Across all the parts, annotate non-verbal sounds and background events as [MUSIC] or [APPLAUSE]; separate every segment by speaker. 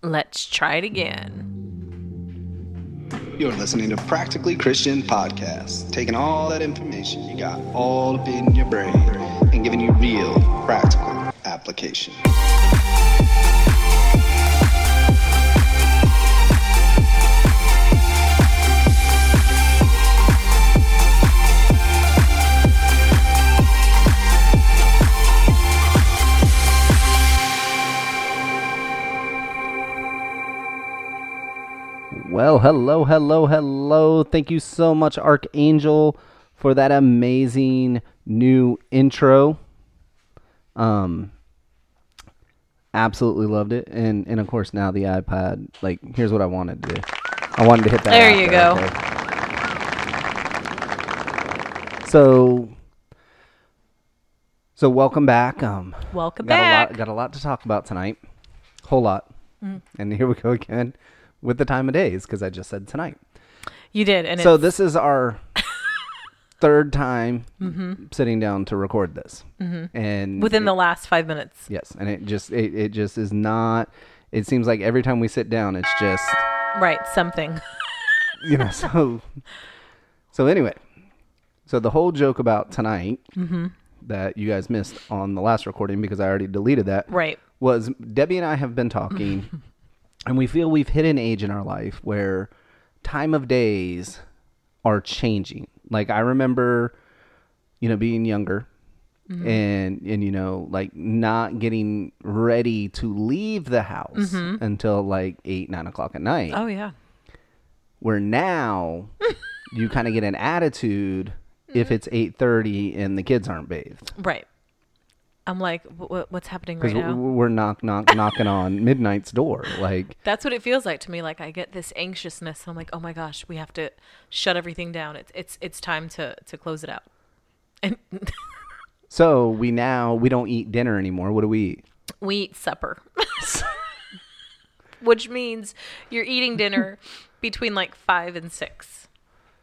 Speaker 1: Let's try it again.
Speaker 2: You're listening to Practically Christian Podcast, taking all that information you got all up in your brain and giving you real, practical application.
Speaker 3: Well, hello, hello, hello. Thank you so much, Archangel, for that amazing new intro. Um absolutely loved it. And and of course now the iPad, like here's what I wanted to do. I wanted to hit that.
Speaker 1: There
Speaker 3: out
Speaker 1: you
Speaker 3: okay? So so welcome back. Um
Speaker 1: Welcome
Speaker 3: got
Speaker 1: back. Mm.
Speaker 3: a lot got a lot to talk about tonight. Whole lot. And here we go again with the time of days because I just said tonight.
Speaker 1: you did, and
Speaker 3: So
Speaker 1: it's,
Speaker 3: this
Speaker 1: [LAUGHS]
Speaker 3: is our third time sitting down to record this, and
Speaker 1: Mm-hmm. within
Speaker 3: it-
Speaker 1: the last five minutes.
Speaker 3: yes, and it just it, it just is not. It seems like every time we sit down, it's just
Speaker 1: Right, something. [LAUGHS]
Speaker 3: you know [LAUGHS] so so anyway. So the whole joke about tonight that you guys missed on the last recording because I already deleted that
Speaker 1: Right.
Speaker 3: was Debbie and I have been talking, and we feel we've hit an age in our life where time of days are changing. Like I remember, you know, being younger, and and you know, like not getting ready to leave the house until like eight nine o'clock at night.
Speaker 1: Oh yeah.
Speaker 3: Where now,
Speaker 1: [LAUGHS]
Speaker 3: you kind of get an attitude if
Speaker 1: Mm-hmm.
Speaker 3: it's eight thirty and the kids aren't bathed.
Speaker 1: Right. I'm like, w- w- what's happening right
Speaker 3: Because
Speaker 1: now?
Speaker 3: we're
Speaker 1: [LAUGHS]
Speaker 3: knock, knock, knocking on midnight's door. Like,
Speaker 1: That's what it feels like to me. Like I get this anxiousness. And I'm like, oh my gosh, we have to shut everything down. It's it's it's time to to close it out. And
Speaker 3: So we now we don't eat dinner anymore. What do we eat?
Speaker 1: we eat supper, [LAUGHS] which means you're eating
Speaker 3: [LAUGHS]
Speaker 1: dinner between like five and six.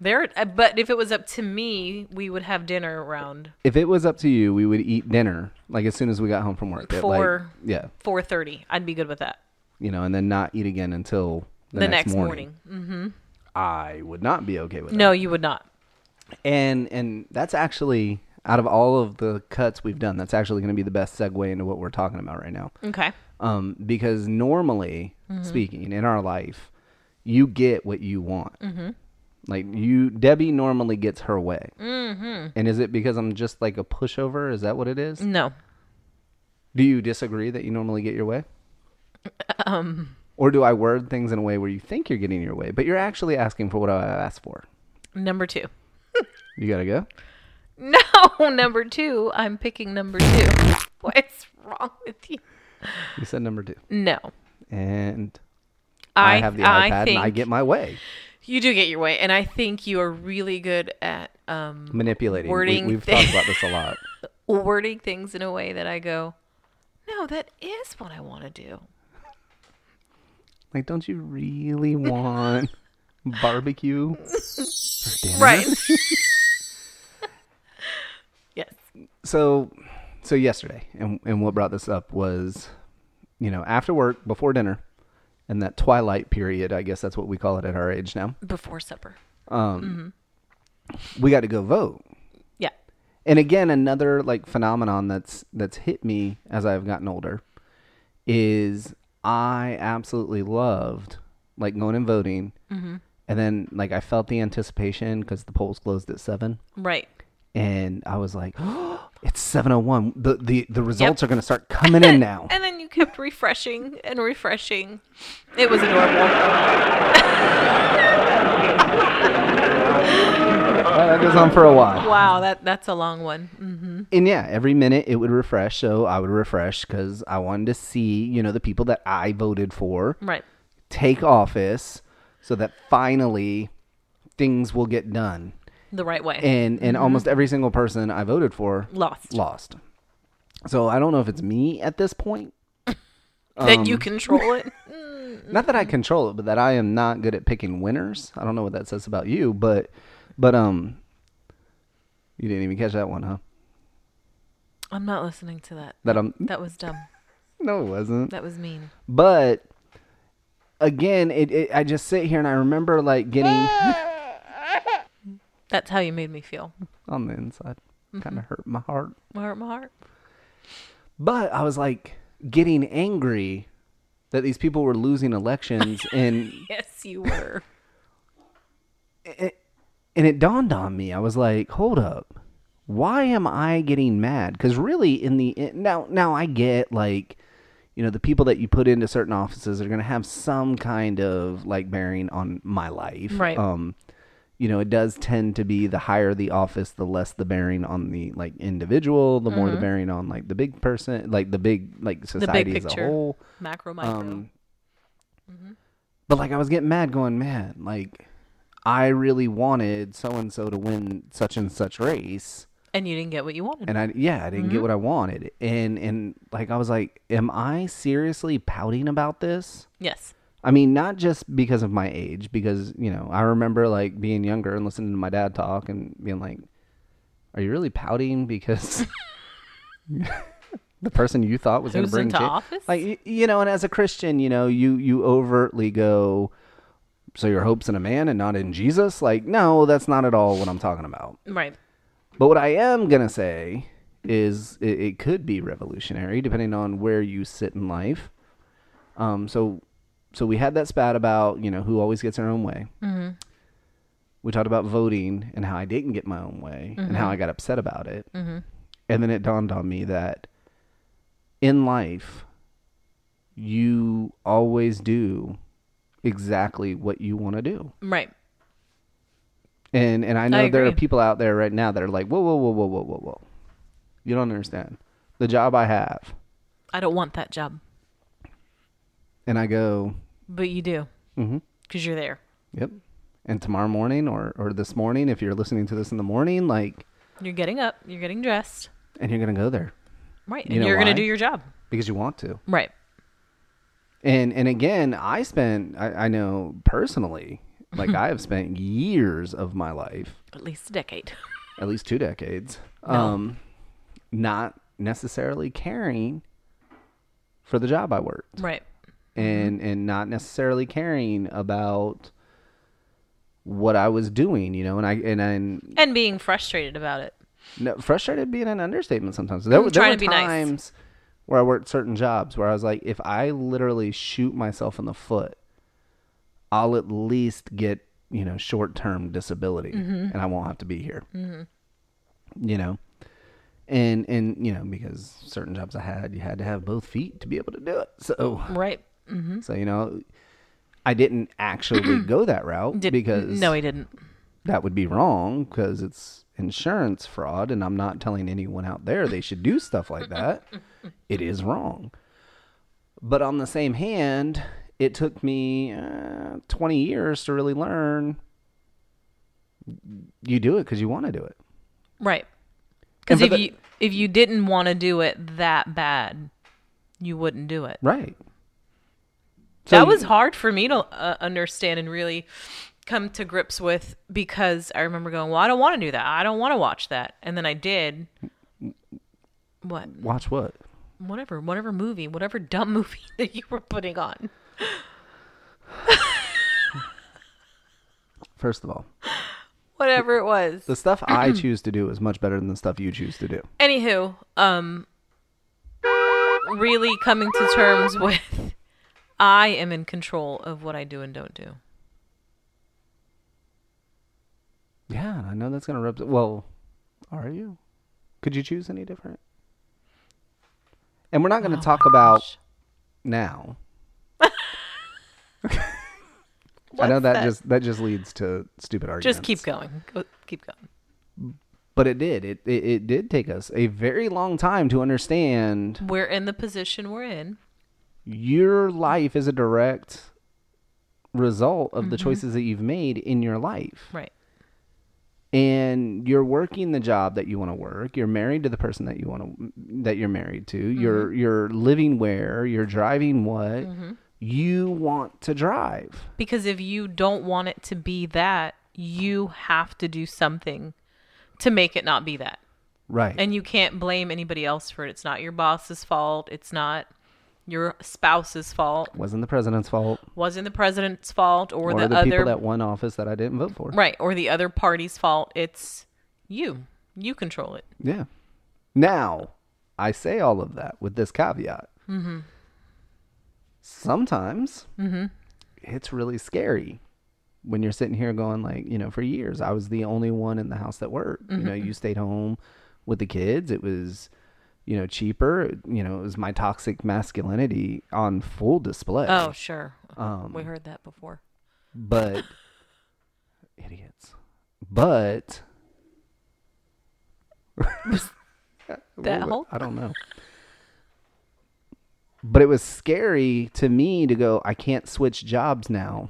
Speaker 1: There, uh, but if it was up to me, we would have dinner around
Speaker 3: If it was up to you, we would eat dinner like as soon as we got home from work. at, like-
Speaker 1: Four.
Speaker 3: yeah,
Speaker 1: four thirty. I'd be good with that.
Speaker 3: you know, and then not eat again until the,
Speaker 1: The, next, morning.
Speaker 3: I would not be okay with
Speaker 1: No, you would not.
Speaker 3: that. And and that's actually out of all of the cuts we've done, that's actually going to be the best segue into what we're talking about right now.
Speaker 1: Okay.
Speaker 3: um, because normally speaking in our life you get what you want like you debbie normally gets her way mm-hmm. and is it because i'm just like a pushover is that what it is
Speaker 1: No.
Speaker 3: do you disagree that you normally get your way um, or do i word things in a way where you think you're getting your way but you're actually asking for what i asked for
Speaker 1: Number two.
Speaker 3: you gotta go
Speaker 1: [LAUGHS] No, number two. I'm picking number two. [LAUGHS] What's wrong with you?
Speaker 3: you said number two
Speaker 1: No.
Speaker 3: and
Speaker 1: I,
Speaker 3: i, have the
Speaker 1: I
Speaker 3: ipad
Speaker 1: think
Speaker 3: and i get my way
Speaker 1: you do get your way, and I think you are really good at um,
Speaker 3: manipulating we,
Speaker 1: Wording
Speaker 3: we've
Speaker 1: thing.
Speaker 3: talked about this a
Speaker 1: [LAUGHS]
Speaker 3: lot
Speaker 1: wording things in a way that I go, no, that is what I want to do.
Speaker 3: Like, don't you really want barbecue? for dinner?
Speaker 1: Right. [LAUGHS] yes.
Speaker 3: So, so yesterday, and and what brought this up was, you know, after work, before dinner, and that twilight period. I guess that's what we call it at our age now.
Speaker 1: Before supper.
Speaker 3: We got to go vote.
Speaker 1: Yeah.
Speaker 3: And again, another like phenomenon that's that's hit me as I've gotten older is I absolutely loved like going and voting, and then like I felt the anticipation because the polls closed at seven.
Speaker 1: Right.
Speaker 3: and I was like, [GASPS] "It's 701. The the the results are going to start coming in now."
Speaker 1: [LAUGHS] And then you kept refreshing and refreshing. It was adorable.
Speaker 3: Uh, that goes on for a while.
Speaker 1: Wow, that that's a long one. Mm.
Speaker 3: And yeah, every minute it would refresh, so I would refresh cuz I wanted to see, you know, the people that I voted for
Speaker 1: Mm, Right.
Speaker 3: take office so that finally things will get done.
Speaker 1: The right way.
Speaker 3: And and almost every single person I voted for
Speaker 1: Lost.
Speaker 3: lost. So I don't know if it's me at this point.
Speaker 1: that
Speaker 3: um,
Speaker 1: you control
Speaker 3: [LAUGHS]
Speaker 1: it.
Speaker 3: not that I control it, but that I am not good at picking winners. I don't know what that says about you, but but um, you didn't even catch that one, huh?
Speaker 1: I'm not listening to that.
Speaker 3: That I'm [LAUGHS]
Speaker 1: That was dumb.
Speaker 3: no, it wasn't.
Speaker 1: That was mean.
Speaker 3: But again, it, it I just sit here and I remember like getting
Speaker 1: That's how you made me feel.
Speaker 3: on the inside, kind of hurt my heart.
Speaker 1: My heart, my heart.
Speaker 3: But I was like getting angry that these people were losing elections and
Speaker 1: Yes, you
Speaker 3: [LAUGHS]
Speaker 1: were.
Speaker 3: and it dawned on me. I was like, "Hold up. Why am I getting mad?" Cuz really in the en- now now I get like you know, the people that you put into certain offices are going to have some kind of like bearing on my life.
Speaker 1: Right.
Speaker 3: Um you know, it does tend to be the higher the office, the less the bearing on the like individual, the more the bearing on like the big person, like the big like society as a
Speaker 1: picture.
Speaker 3: whole.
Speaker 1: Macro, micro.
Speaker 3: Um, But like I was getting mad, going, man, like I really wanted so and so to win such and such race,
Speaker 1: and you didn't get what you wanted.
Speaker 3: and I yeah, I didn't get what I wanted, and and like I was like, am I seriously pouting about this?
Speaker 1: yes.
Speaker 3: I mean, not just because of my age, because you know I remember like being younger and listening to my dad talk and being like, are you really pouting because? [LAUGHS] The person you thought was going to
Speaker 1: Who's
Speaker 3: bring
Speaker 1: into
Speaker 3: cha-
Speaker 1: office?
Speaker 3: like y- you know, and as a Christian, you know, you you overtly go, so your hopes in a man and not in Jesus. Like, no, that's not at all what I'm talking about.
Speaker 1: Right.
Speaker 3: But what I am gonna say is it, it could be revolutionary depending on where you sit in life. Um, so so we had that spat about you know who always gets their own way. Mm-hmm. We talked about voting and how I didn't get my own way and how I got upset about it. Mm-hmm. And then it dawned on me that in life you always do exactly what you want to do.
Speaker 1: Right.
Speaker 3: And and I know there are
Speaker 1: agree.
Speaker 3: people out there right now that are like, whoa, whoa, whoa, whoa, whoa, whoa, whoa. You don't understand. The job I have.
Speaker 1: I don't want that job,
Speaker 3: And I go,
Speaker 1: but you do.
Speaker 3: Mm-hmm.
Speaker 1: Because you're there.
Speaker 3: Yep. And tomorrow morning or, or this morning, if you're listening to this in the morning, like
Speaker 1: You're getting up. You're getting dressed.
Speaker 3: and you're gonna go there.
Speaker 1: Right.
Speaker 3: You
Speaker 1: and
Speaker 3: know
Speaker 1: you're going
Speaker 3: why?
Speaker 1: to do your job.
Speaker 3: Because you want to.
Speaker 1: Right.
Speaker 3: And and again, I spent I, I know personally, like I have spent years of my life
Speaker 1: At least a decade. [LAUGHS]
Speaker 3: at least two decades, um, not necessarily caring for the job I worked,
Speaker 1: right. Mm-hmm.
Speaker 3: and and not necessarily caring about what I was doing, you know, and I and I
Speaker 1: And being frustrated about it.
Speaker 3: no, frustrated being an understatement sometimes. There, were-
Speaker 1: Mm,
Speaker 3: there
Speaker 1: trying
Speaker 3: were
Speaker 1: to be nice.
Speaker 3: times where I worked certain jobs where I was like, if I literally shoot myself in the foot, I'll at least get you know short term disability,
Speaker 1: Mm-hmm.
Speaker 3: and I won't have to be here. You know, and and you know because certain jobs I had, you had to have both feet to be able to do it. So
Speaker 1: Right.
Speaker 3: so you know, I didn't
Speaker 1: [CLEARS THROAT]
Speaker 3: actually go that route
Speaker 1: Did,
Speaker 3: because
Speaker 1: No, he didn't.
Speaker 3: that would be wrong because it's insurance fraud and I'm not telling anyone out there they should do stuff like that. It is wrong. But on the same hand, it took me uh, 20 years to really learn you do it cuz you want to do it.
Speaker 1: Right. Because
Speaker 3: for
Speaker 1: if
Speaker 3: the-
Speaker 1: you if you didn't want to do it that bad, you wouldn't do it.
Speaker 3: Right.
Speaker 1: that
Speaker 3: you-
Speaker 1: was hard for me to uh, understand and really come to grips with because I remember going, "Well, I don't want to do that. I don't want to watch that." And then I did. What?
Speaker 3: Watch what?
Speaker 1: Whatever, whatever movie, whatever dumb [LAUGHS] movie that you were putting on.
Speaker 3: First of all,
Speaker 1: Whatever it was.
Speaker 3: the stuff
Speaker 1: [CLEARS THROAT]
Speaker 3: I choose to do is much better than the stuff you choose to do.
Speaker 1: Anywho, um, really coming to terms [LAUGHS] with I am in control of what I do and don't do.
Speaker 3: Yeah, I know that's going to rub well, are you? Could you choose any different? And we're not
Speaker 1: Oh
Speaker 3: going to talk about
Speaker 1: [LAUGHS]
Speaker 3: now. [LAUGHS] I know that, just that just leads to stupid arguments.
Speaker 1: Just keep going. Go, keep going.
Speaker 3: But it did. It, it it did take us a very long time to understand
Speaker 1: We're in the position we're in.
Speaker 3: your life is a direct result of the
Speaker 1: Mm-hmm.
Speaker 3: choices that you've made in your life.
Speaker 1: Right.
Speaker 3: And you're working the job that you want to work. You're married to the person that you want to that you're married to.
Speaker 1: Mm-hmm.
Speaker 3: You're you're living where, you're driving what
Speaker 1: Mm-hmm.
Speaker 3: you want to drive.
Speaker 1: Because if you don't want it to be that, you have to do something to make it not be that.
Speaker 3: Right.
Speaker 1: And you can't blame anybody else for it. It's not your boss's fault. It's not your spouse's fault,
Speaker 3: Wasn't the president's fault
Speaker 1: wasn't the president's fault, or,
Speaker 3: or,
Speaker 1: the,
Speaker 3: the,
Speaker 1: other
Speaker 3: people that won office that I didn't vote for.
Speaker 1: right, or the other party's fault. It's you. You control it.
Speaker 3: Yeah. Now, I say all of that with this caveat. Mm-hmm. Sometimes it's really scary when you're sitting here going, like, you know, for years, I was the only one in the house that worked. You know, you stayed home with the kids. It was, you know, cheaper. You know, it was my toxic masculinity on full display.
Speaker 1: Oh, sure.
Speaker 3: Um,
Speaker 1: we heard that before.
Speaker 3: But, idiots. But.
Speaker 1: [LAUGHS] That
Speaker 3: Well,
Speaker 1: whole
Speaker 3: I don't know. But it was scary to me to go, I can't switch jobs now.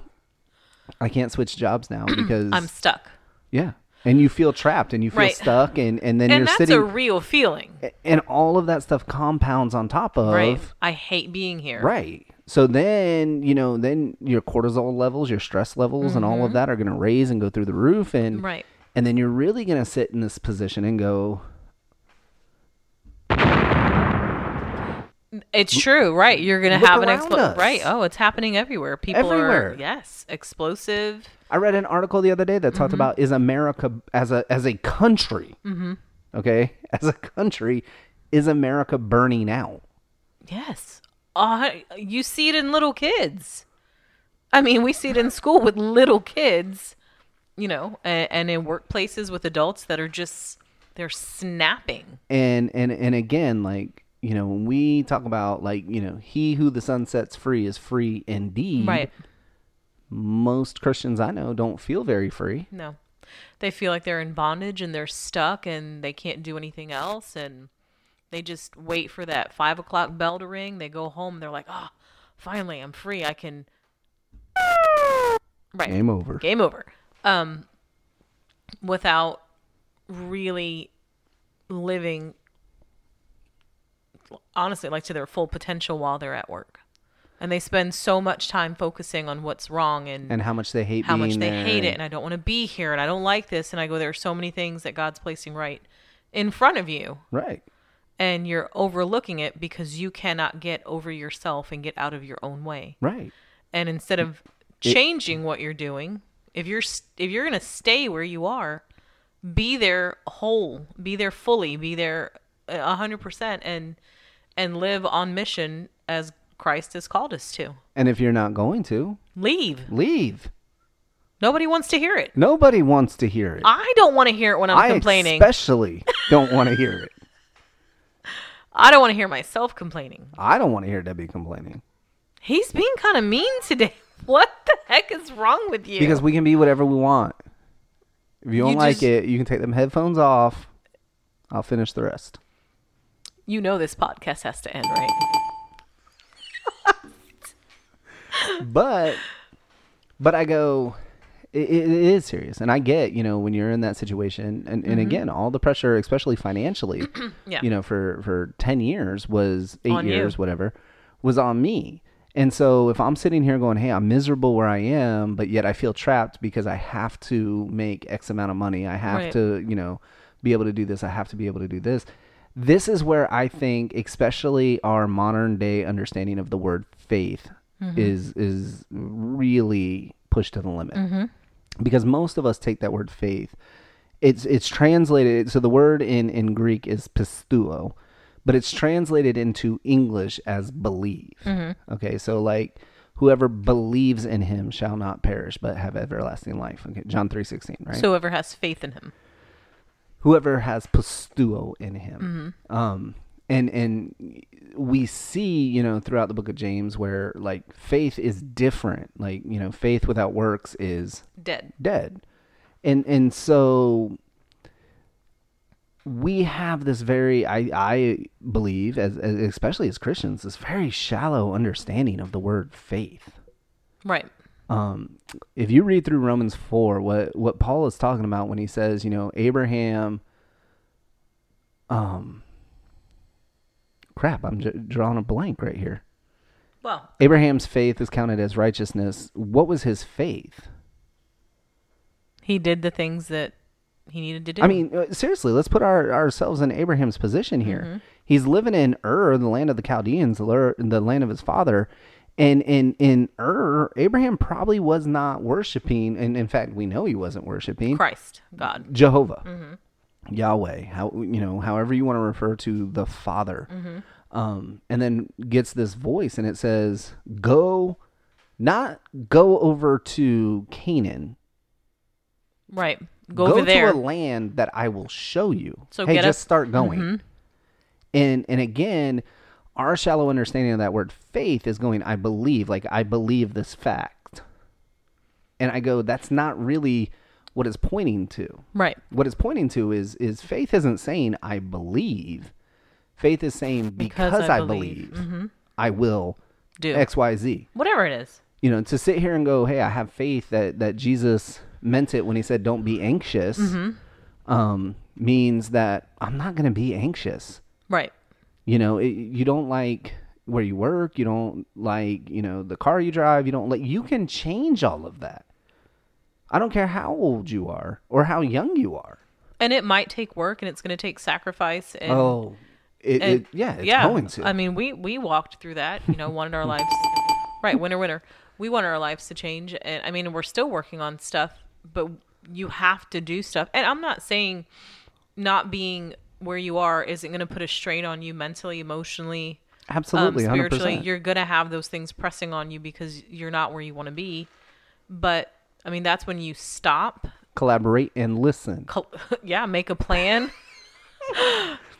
Speaker 3: I can't switch jobs now because
Speaker 1: [CLEARS THROAT] I'm stuck.
Speaker 3: yeah. And you feel trapped and you feel
Speaker 1: Right.
Speaker 3: stuck and, and then
Speaker 1: And
Speaker 3: you're
Speaker 1: that's
Speaker 3: sitting
Speaker 1: a real feeling,
Speaker 3: and all of that stuff compounds on top of
Speaker 1: right? I hate being here.
Speaker 3: Right. So then, you know, then your cortisol levels, your stress levels and all of that are going to raise and go through the roof and
Speaker 1: Mm-hmm. Right.
Speaker 3: and then you're really going to sit in this position and go,
Speaker 1: It's true, right? You're gonna
Speaker 3: look
Speaker 1: have an
Speaker 3: around
Speaker 1: explosion,
Speaker 3: us.
Speaker 1: right? Oh, it's happening everywhere. People
Speaker 3: Everywhere.
Speaker 1: are yes, explosive.
Speaker 3: I read an article the other day that
Speaker 1: Mm-hmm.
Speaker 3: talked about is America as a as a country, okay, [LAUGHS] as a country, is America burning out?
Speaker 1: Yes, uh, you see it in little kids. I mean, we see it in school with little kids, you know, and, and in workplaces with adults that are just they're snapping.
Speaker 3: And and and again, like you know, when we talk about like you know, he who the sun sets free is free indeed.
Speaker 1: Right?
Speaker 3: Most Christians I know don't feel very free.
Speaker 1: No, they feel like they're in bondage and they're stuck and they can't do anything else and they just wait for that five o'clock bell to ring. They go home. They're like, oh, finally, I'm free. I can. Right.
Speaker 3: Game over.
Speaker 1: game over um without really living honestly like to their full potential while they're at work and they spend so much time focusing on what's wrong and,
Speaker 3: And how much they hate
Speaker 1: how
Speaker 3: being
Speaker 1: much they
Speaker 3: there
Speaker 1: hate it
Speaker 3: and-
Speaker 1: and i don't want to be here and i don't like this and i go there are so many things that god's placing right in front of you
Speaker 3: Right.
Speaker 1: and you're overlooking it because you cannot get over yourself and get out of your own way
Speaker 3: Right.
Speaker 1: and instead of changing what you're doing if you're s- if you're going to stay where you are be there whole be there fully be there a 100% and and live on mission as Christ has called us to
Speaker 3: And if you're not going to,
Speaker 1: leave
Speaker 3: leave.
Speaker 1: nobody wants to hear it
Speaker 3: Nobody wants to hear it.
Speaker 1: i don't want to hear it when i'm
Speaker 3: I
Speaker 1: complaining [LAUGHS]
Speaker 3: especially don't want to hear it.
Speaker 1: i don't want to hear myself complaining
Speaker 3: I don't want to hear Debbie complaining
Speaker 1: he's being kind of mean today [LAUGHS] what the heck is wrong with you
Speaker 3: because we can be whatever we want. If you don't like
Speaker 1: just-
Speaker 3: it, you can take them headphones off. I'll finish the rest.
Speaker 1: you know this podcast has to end right
Speaker 3: But, but I go, it, it is serious, and I get you know when you're in that situation, and, and again, all the pressure, especially financially,
Speaker 1: Mm-hmm. [CLEARS THROAT] Yeah.
Speaker 3: you know, for for ten years was eight
Speaker 1: On you.
Speaker 3: years, whatever, was on me. And so if I'm sitting here going, hey, I'm miserable where I am, but yet I feel trapped because I have to make X amount of money. I have
Speaker 1: Right.
Speaker 3: to, you know, be able to do this. I have to be able to do this. This is where I think, especially our modern day understanding of the word faith is is really pushed to the limit. Because most of us take that word faith it's it's translated so the word in in greek is pistuo but it's translated into english as believe okay so like whoever believes in him shall not perish but have everlasting life okay john 3.16 right
Speaker 1: so whoever has faith in him
Speaker 3: whoever has pistuo in him. Um, and and we see, you know, throughout the book of James where like faith is different. Like, you know, faith without works is
Speaker 1: dead
Speaker 3: dead. And and so we have this very I I believe as, as especially as Christians this very shallow understanding of the word faith
Speaker 1: right
Speaker 3: um, if you read through Romans four, what what Paul is talking about when he says, you know, Abraham, um, crap, I'm j- drawing a blank right here.
Speaker 1: well
Speaker 3: Abraham's faith is counted as righteousness. What was his faith?
Speaker 1: He did the things that he needed to do. Mm-hmm.
Speaker 3: I mean, uh, seriously, let's put our, ourselves in Abraham's position here. He's living in Ur, the land of the Chaldeans, the Ur- the land of his father. And in in Ur, Abraham probably was not worshiping, and in fact, we know he wasn't worshiping
Speaker 1: Christ, Mm-hmm. God.
Speaker 3: Jehovah, Yahweh, how you know, however you want to refer to the Father,
Speaker 1: Mm-hmm.
Speaker 3: um, and then gets this voice and it says, "Go, not go over to Canaan.
Speaker 1: Right. Go, over
Speaker 3: to
Speaker 1: there.
Speaker 3: a land that I will show you.
Speaker 1: So
Speaker 3: hey,
Speaker 1: get Mm-hmm.
Speaker 3: just
Speaker 1: us-
Speaker 3: start going." And and again, our shallow understanding of that word faith is going, "I believe, like I believe this fact," and I go, "That's not really." What it's pointing to
Speaker 1: right.
Speaker 3: what it's pointing to is is faith isn't saying I believe. Faith is saying because, I, believe,
Speaker 1: Mm-hmm.
Speaker 3: I will
Speaker 1: Do.
Speaker 3: X Y Z.
Speaker 1: Whatever it is.
Speaker 3: You know, to sit here and go, hey, I have faith that that Jesus meant it when he said, "Don't be anxious,"
Speaker 1: Mm-hmm.
Speaker 3: um, means that I'm not going to be anxious.
Speaker 1: Right.
Speaker 3: You know, it, you don't like where you work, you don't like you know the car you drive, you don't like. You can change all of that. I don't care how old you are or how young you are.
Speaker 1: And it might take work and it's going to take sacrifice and
Speaker 3: Oh, it,
Speaker 1: and-
Speaker 3: it yeah, it's going to.
Speaker 1: I mean, um, we we walked through that. You know, wanted our lives [LAUGHS] right. Winter, winter. We wanted our lives to change, and I mean, we're still working on stuff, but you have to do stuff. And I'm not saying not being where you are isn't going to put a strain on you mentally, emotionally,
Speaker 3: Absolutely,
Speaker 1: um,
Speaker 3: hundred
Speaker 1: spiritually.
Speaker 3: percent.
Speaker 1: You're going to have those things pressing on you because you're not where you want to be. But I mean, that's when you stop.
Speaker 3: Collaborate and listen.
Speaker 1: [LAUGHS] Col- yeah, make a
Speaker 3: [LAUGHS]
Speaker 1: plan.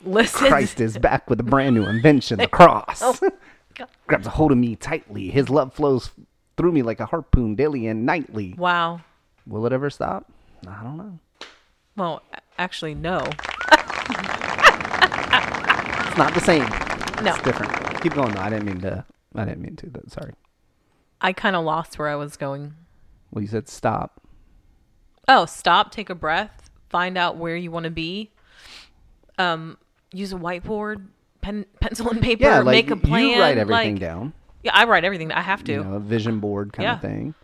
Speaker 1: Listen.
Speaker 3: Christ is back with a brand
Speaker 1: [LAUGHS]
Speaker 3: new invention, the
Speaker 1: Oh.
Speaker 3: cross. Grabs a hold of me tightly. His love flows through me like a harpoon daily and nightly.
Speaker 1: Wow.
Speaker 3: Will it ever stop? I don't know.
Speaker 1: Well, a- actually, no.
Speaker 3: It's not the same.
Speaker 1: No.
Speaker 3: It's different. Keep going. though. I didn't mean to. I didn't mean to. That sorry.
Speaker 1: I kind of lost where I was going.
Speaker 3: Well, you said stop.
Speaker 1: Oh, stop, take a breath, find out where you want to be. Um, use a whiteboard, pen, pencil, and paper.
Speaker 3: Yeah, like
Speaker 1: make a plan.
Speaker 3: you write everything
Speaker 1: like-
Speaker 3: down.
Speaker 1: Yeah, I write everything. I have to
Speaker 3: You know, a vision board kind
Speaker 1: Yeah.
Speaker 3: of thing.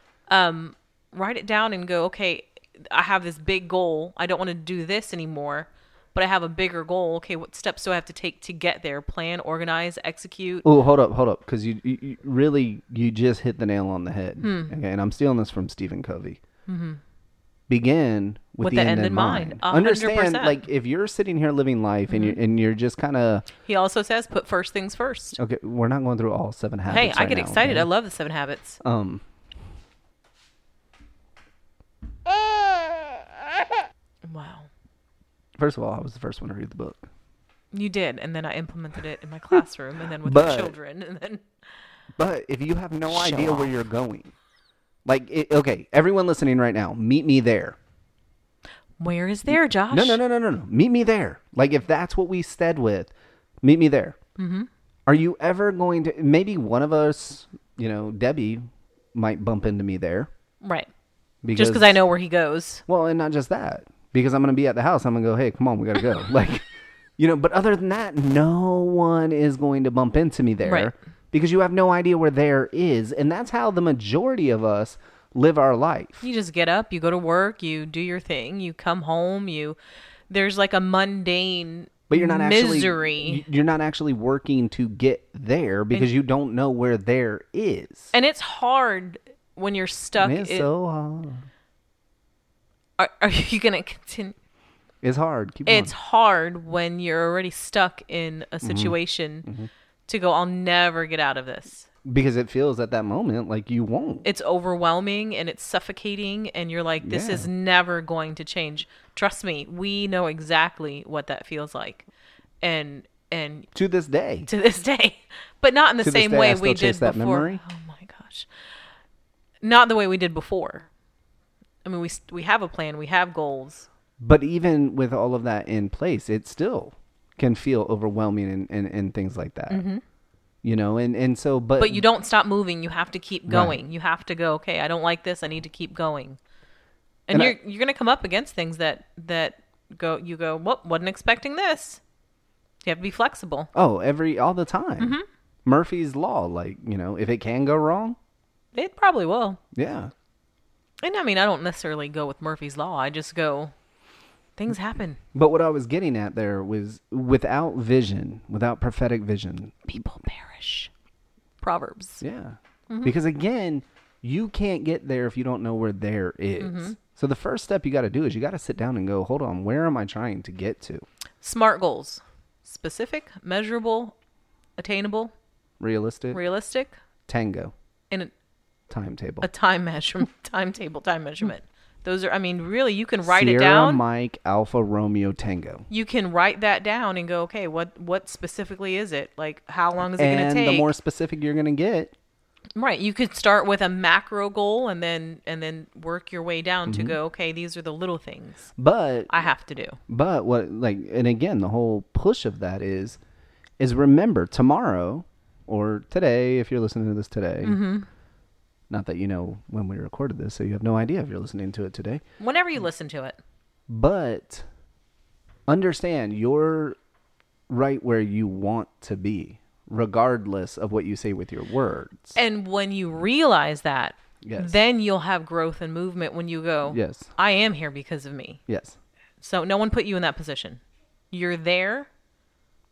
Speaker 1: write it down and go. Okay, I have this big goal. I don't want to do this anymore, but I have a bigger goal. Okay, what steps do I have to take to get there? Plan, organize, execute.
Speaker 3: Oh, hold up, hold up, because you, you, you really you just hit the nail on the head.
Speaker 1: Hmm.
Speaker 3: Okay, and I'm stealing this from Stephen Covey.
Speaker 1: Mm-hmm.
Speaker 3: Begin with, the, end, in mind.
Speaker 1: A hundred
Speaker 3: Understand,
Speaker 1: percent. Mm-hmm.
Speaker 3: like if you're sitting here living life and you're and you're just kind of
Speaker 1: He also says, put first things first.
Speaker 3: okay. We're not going through all seven habits.
Speaker 1: Hey, I
Speaker 3: Oh, right
Speaker 1: get
Speaker 3: now,
Speaker 1: excited.
Speaker 3: okay?
Speaker 1: I love the Seven Habits.
Speaker 3: Um,
Speaker 1: Wow.
Speaker 3: first of all, I was the first one to read the book.
Speaker 1: You did, and then I implemented it in my classroom, and then with
Speaker 3: But-
Speaker 1: the children, and then
Speaker 3: But if you have no idea where you're going, like it, okay, everyone listening right now, meet me there.
Speaker 1: [LAUGHS] where is there, Josh?
Speaker 3: No, no, no, no, no, no. Meet me there. Like if that's what we said with, meet me there. Mm-hmm. Are you ever going to? Maybe one of us, you know, Debbie might bump into me there.
Speaker 1: Right.
Speaker 3: Because,
Speaker 1: Just because I know where he goes.
Speaker 3: Well, and not just that. Because I'm going to be at the house. I'm going to go. Hey, come on, we got
Speaker 1: [LAUGHS]
Speaker 3: to go. like, you know. But other than that, no one is going to bump into me there
Speaker 1: Right.
Speaker 3: because you have no idea where there is, and that's how the majority of us live our life.
Speaker 1: You just get up, you go to work, you do your thing, you come home, you. There's like a mundane.
Speaker 3: But you're not actually
Speaker 1: misery.
Speaker 3: y- You're not actually working to get there because you don't know where there is.
Speaker 1: and it's hard when you're stuck.
Speaker 3: it's
Speaker 1: It-
Speaker 3: so hard.
Speaker 1: are, are you gonna continue?
Speaker 3: It's hard. Keep
Speaker 1: It's hard when you're already stuck in
Speaker 3: Mm-hmm.
Speaker 1: a situation to go. I'll never get out of this.
Speaker 3: going. because it feels at that moment like you won't.
Speaker 1: it's overwhelming and it's suffocating and you're like this
Speaker 3: Yeah.
Speaker 1: is never going to change trust me we know exactly what that feels like and and
Speaker 3: to this day,
Speaker 1: to this [LAUGHS] day but not in the
Speaker 3: To this
Speaker 1: same
Speaker 3: day, I
Speaker 1: way
Speaker 3: still
Speaker 1: we
Speaker 3: chase
Speaker 1: did
Speaker 3: that
Speaker 1: before
Speaker 3: memory.
Speaker 1: oh my gosh not the way we did before i mean we s- we have a plan we have goals
Speaker 3: but even with all of that in place, it still can feel overwhelming and, and, and things like that. You know, and, and so, but,
Speaker 1: but you don't stop moving you have to keep going you have to go okay i don't like this i need to keep going and,
Speaker 3: And I-
Speaker 1: you're you're going to come up against things that that go you go well wasn't expecting this you have to be flexible
Speaker 3: oh, every, all the time. Murphy's Law, like, you know, if it can go wrong,
Speaker 1: it probably will
Speaker 3: yeah.
Speaker 1: and i mean i don't necessarily go with murphy's law i just go Things happen.
Speaker 3: But what I was getting at there was without vision, without prophetic vision,
Speaker 1: People perish. Proverbs.
Speaker 3: Yeah. Because again, you can't get there if you don't know where there is. So the first step you got to do is you got to sit down and go, hold on, where am I trying to get to?
Speaker 1: SMART goals. Specific, measurable, attainable,
Speaker 3: Realistic
Speaker 1: realistic,
Speaker 3: tango
Speaker 1: and a-
Speaker 3: timetable.
Speaker 1: a time measurement, [LAUGHS] timetable, time measurement. Those are I mean, really you can write
Speaker 3: Sierra
Speaker 1: it down.
Speaker 3: Mike Alpha Romeo Tango.
Speaker 1: you can write that down and go, okay, what what specifically is it? Like, how long is it going to
Speaker 3: And
Speaker 1: take?
Speaker 3: the more specific you're going to get,
Speaker 1: right, you could start with a macro goal and then and then work your way down
Speaker 3: Mm-hmm.
Speaker 1: to go, okay, these are the little things
Speaker 3: but
Speaker 1: I have to do.
Speaker 3: But what like and again the whole push of that is is remember tomorrow or today if you're listening to this today.
Speaker 1: Mm-hmm.
Speaker 3: Not that you know when we recorded this, so you have no idea if you're listening to it today.
Speaker 1: Whenever
Speaker 3: Mm.
Speaker 1: you listen to it,
Speaker 3: But understand you're right where you want to be, regardless of what you say with your words.
Speaker 1: and when you realize that,
Speaker 3: Yes.
Speaker 1: then you'll have growth and movement. When you go,
Speaker 3: Yes.
Speaker 1: I am here because of me.
Speaker 3: Yes.
Speaker 1: So no one put you in that position. You're there.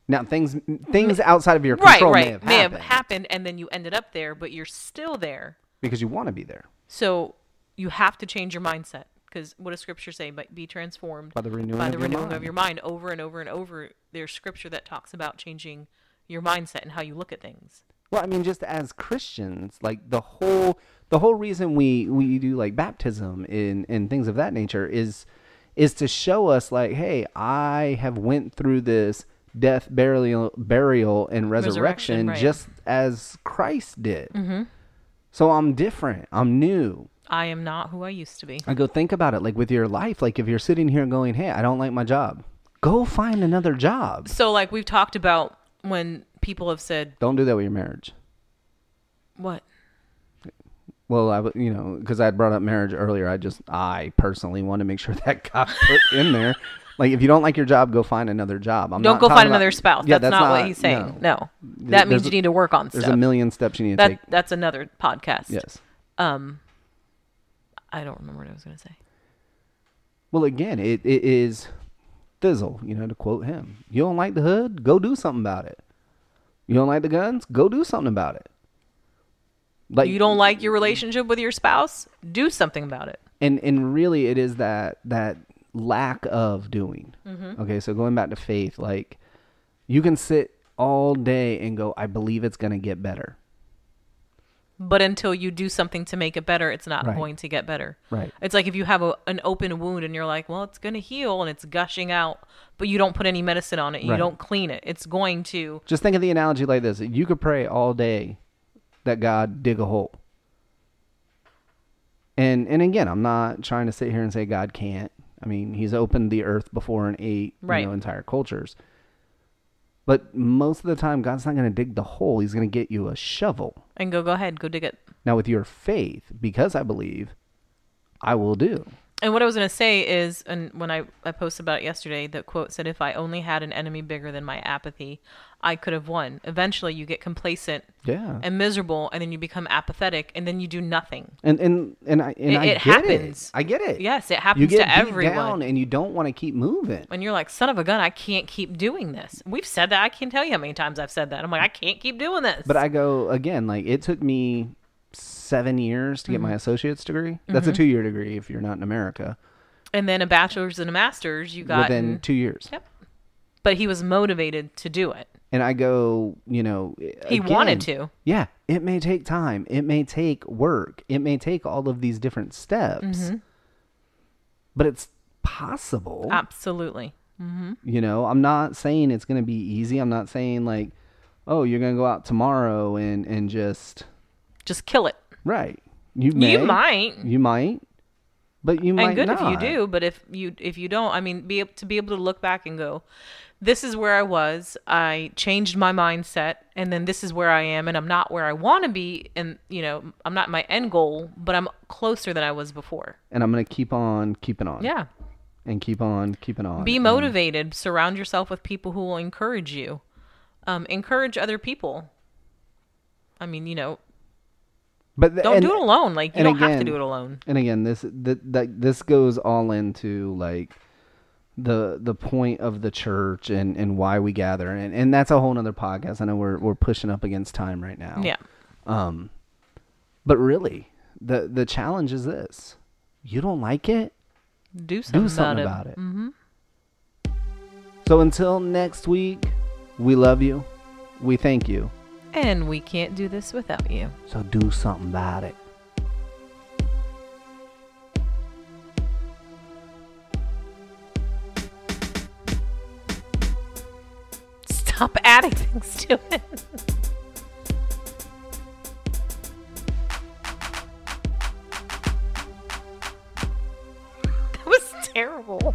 Speaker 3: Now things things outside of your
Speaker 1: Right,
Speaker 3: control
Speaker 1: right.
Speaker 3: may have happened
Speaker 1: happened, and then you ended up there, but you're still there.
Speaker 3: because you want to be there
Speaker 1: So you have to change your mindset because what does scripture say? Be- Be transformed
Speaker 3: by the renewing,
Speaker 1: by
Speaker 3: of,
Speaker 1: the
Speaker 3: your
Speaker 1: renewing
Speaker 3: mind.
Speaker 1: of your mind over and over and over. There's scripture that talks about changing your mindset and how you look at things.
Speaker 3: Well, I mean, just as Christians, like the whole the whole reason we we do like baptism and and things of that nature is is to show us like, hey, I have went through this death, burial, burial, and resurrection,
Speaker 1: Resurrection, right. Mm-hmm.
Speaker 3: just as Christ did. So I'm different. I'm new.
Speaker 1: I am not who I used to be.
Speaker 3: I go think about it, like with your life. Like if you're sitting here going, hey, I don't like my job, go find another job.
Speaker 1: So like we've talked about when people have said
Speaker 3: Don't do that with your marriage.
Speaker 1: what
Speaker 3: Well, I w- you know because I had brought up marriage earlier. I just I personally want to make sure [LAUGHS] that got put in there. Like if you don't like your job, go find another job. I'm
Speaker 1: don't
Speaker 3: not
Speaker 1: go
Speaker 3: talking
Speaker 1: find
Speaker 3: about-
Speaker 1: another spouse.
Speaker 3: Yeah,
Speaker 1: that's, not, what he's saying. No, that means
Speaker 3: there's
Speaker 1: you
Speaker 3: a-
Speaker 1: need to work on
Speaker 3: There's
Speaker 1: stuff.
Speaker 3: a million steps you need to
Speaker 1: that
Speaker 3: take.
Speaker 1: that's another podcast.
Speaker 3: Yes.
Speaker 1: Um, I don't remember what I was going to say.
Speaker 3: Well, again, it, it is Thizzle. You know to quote him. You don't like the hood, go do something about it. You don't like the guns, go do something about it. Like
Speaker 1: You don't like your relationship with your spouse? Do something about it.
Speaker 3: and and really it is that that lack of doing okay so going back to faith like you can sit all day and go i believe it's going to get better
Speaker 1: But until you do something to make it better, it's not
Speaker 3: Right.
Speaker 1: going to get better.
Speaker 3: Right.
Speaker 1: It's like if you have a, an open wound and you're like, well, it's going to heal and it's gushing out, but you don't put any medicine on it. You
Speaker 3: Right.
Speaker 1: don't clean it. It's going to.
Speaker 3: just think of the analogy like this you could pray all day that god dig a hole and and again i'm not trying to sit here and say god can't i mean he's opened the earth before and ate
Speaker 1: Right.
Speaker 3: you know entire cultures but most of the time god's not going to dig the hole he's going to get you a shovel
Speaker 1: And go, go ahead, go dig it.
Speaker 3: Now, with your faith, because I believe, I will do.
Speaker 1: And what I was going to say is, and when I, I posted about it yesterday, the quote said, if I only had an enemy bigger than my apathy, I could have won. Eventually, you get complacent
Speaker 3: Yeah. And
Speaker 1: and miserable, and then you become apathetic, and then you do nothing.
Speaker 3: and and, I and
Speaker 1: It-
Speaker 3: I
Speaker 1: it
Speaker 3: get
Speaker 1: happens.
Speaker 3: It. I get it.
Speaker 1: Yes, it
Speaker 3: You
Speaker 1: happens
Speaker 3: get
Speaker 1: to
Speaker 3: beat
Speaker 1: everyone.
Speaker 3: down and you don't want to keep moving.
Speaker 1: and you're like, son of a gun, I can't keep doing this. We've said that. I can't tell you how many times I've said that. I'm like, I can't keep doing this.
Speaker 3: But I go again. Like it took me seven years to get
Speaker 1: Mm-hmm.
Speaker 3: my associate's degree. That's a two-year degree if you're not in America.
Speaker 1: and then a bachelor's and a master's, you got.
Speaker 3: Within two years,
Speaker 1: Yep. But he was motivated to do it.
Speaker 3: and I go, you know,
Speaker 1: He
Speaker 3: again,
Speaker 1: wanted to.
Speaker 3: Yeah, it may take time. It may take work. It may take all of these different steps,
Speaker 1: Mm-hmm.
Speaker 3: but it's possible.
Speaker 1: Absolutely.
Speaker 3: You know, I'm not saying it's going to be easy. I'm not saying like, oh, you're going to go out tomorrow and and just
Speaker 1: Just kill it.
Speaker 3: right. You may,
Speaker 1: You might.
Speaker 3: you might, but you might
Speaker 1: and good
Speaker 3: not.
Speaker 1: if you do but if you if you don't i mean be able to be able to look back and go this is where i was i changed my mindset and then this is where i am and i'm not where i want to be and you know i'm not my end goal but i'm closer than i was before
Speaker 3: And I'm going to keep on keeping on.
Speaker 1: yeah
Speaker 3: and keep on keeping on.
Speaker 1: be
Speaker 3: And-
Speaker 1: motivated surround yourself with people who will encourage you um, encourage other people i mean you know
Speaker 3: but th-
Speaker 1: don't
Speaker 3: and-
Speaker 1: do it alone like you
Speaker 3: and
Speaker 1: don't have to
Speaker 3: again-
Speaker 1: do it alone
Speaker 3: And again, this th- th- this goes all into like the the point of the church and and why we gather and and that's a whole nother podcast i know we're we're pushing up against time right now
Speaker 1: Yeah.
Speaker 3: but really the the challenge is this you don't like it
Speaker 1: Do something,
Speaker 3: do something
Speaker 1: about, Mm-hmm.
Speaker 3: about it. So until next week, we love you. We thank you.
Speaker 1: it. And we can't do this without you.
Speaker 3: So do something about it.
Speaker 1: Stop adding things to it. [LAUGHS] that was terrible.